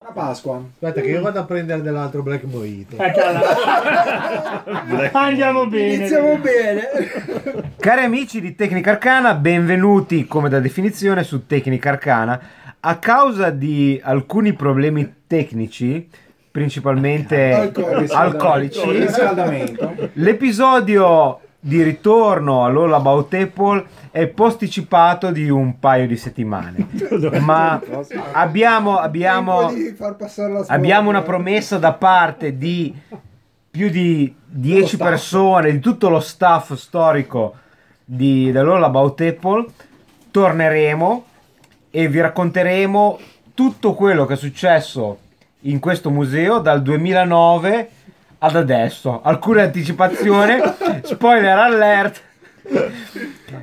A Pasqua. Aspetta, che io vado a prendere dell'altro Black Mojito. Andiamo bene. Iniziamo bene. Cari amici di Tecnica Arcana, benvenuti come da definizione su Tecnica Arcana. A causa di alcuni problemi tecnici, principalmente Alcolici. Eh, alcolici, Riscaldamento. l'episodio di ritorno all'All About Apple è posticipato di un paio di settimane. Ma abbiamo, abbiamo, Tempo di far passare la scuola. abbiamo una promessa da parte di più di 10 staff. persone, di tutto lo staff storico di dell'All About Apple. Torneremo e vi racconteremo tutto quello che è successo in questo museo dal 2009 ad adesso. Alcune anticipazioni, spoiler alert. Le,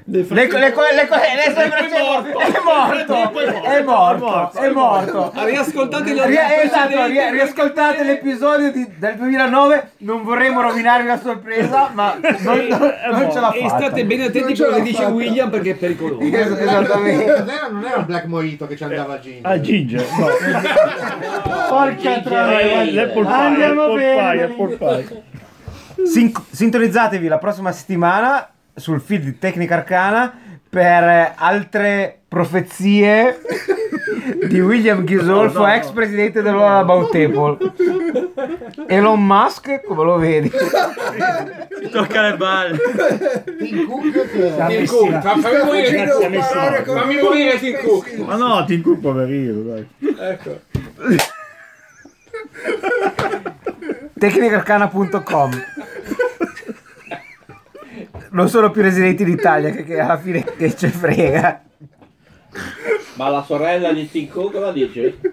le, le, le- le- è morto, è morto, è morto. Riascoltate la Ri- esatto, ri- riascoltate l'episodio di- del 2009. Non vorremmo rovinarvi la sorpresa, ma non, non- non ce la E fatta. state bene attenti Non ce a quello l'ha che dice fatta. William perché è pericoloso. Es- Esatto, esattamente. Non era, Esatto. non era il Black Mojito che ci andava a Ginger. A Ginger, no. Porca Eh, troia. l'apple pie, Andiamo apple pie, bene. apple pie. Sin- sintonizzatevi la prossima settimana sul feed di Tecnica Arcana per eh, altre profezie di William Ghisolfo, ex presidente dell'Ora About Apple. Elon Musk, come lo vedi? Tocca le balle. Tim Cook che- Tim Cook, fa- fammi morire, Devo Grazie, messi parlare male. con Fammi il morire, Tim Cook. spessino. Ma no, ti Cook poverino, dai. Ecco. Tecnicarcana.com Non sono più residenti d'Italia che, che alla fine che ce frega. Ma la sorella di Tim Cook la dice?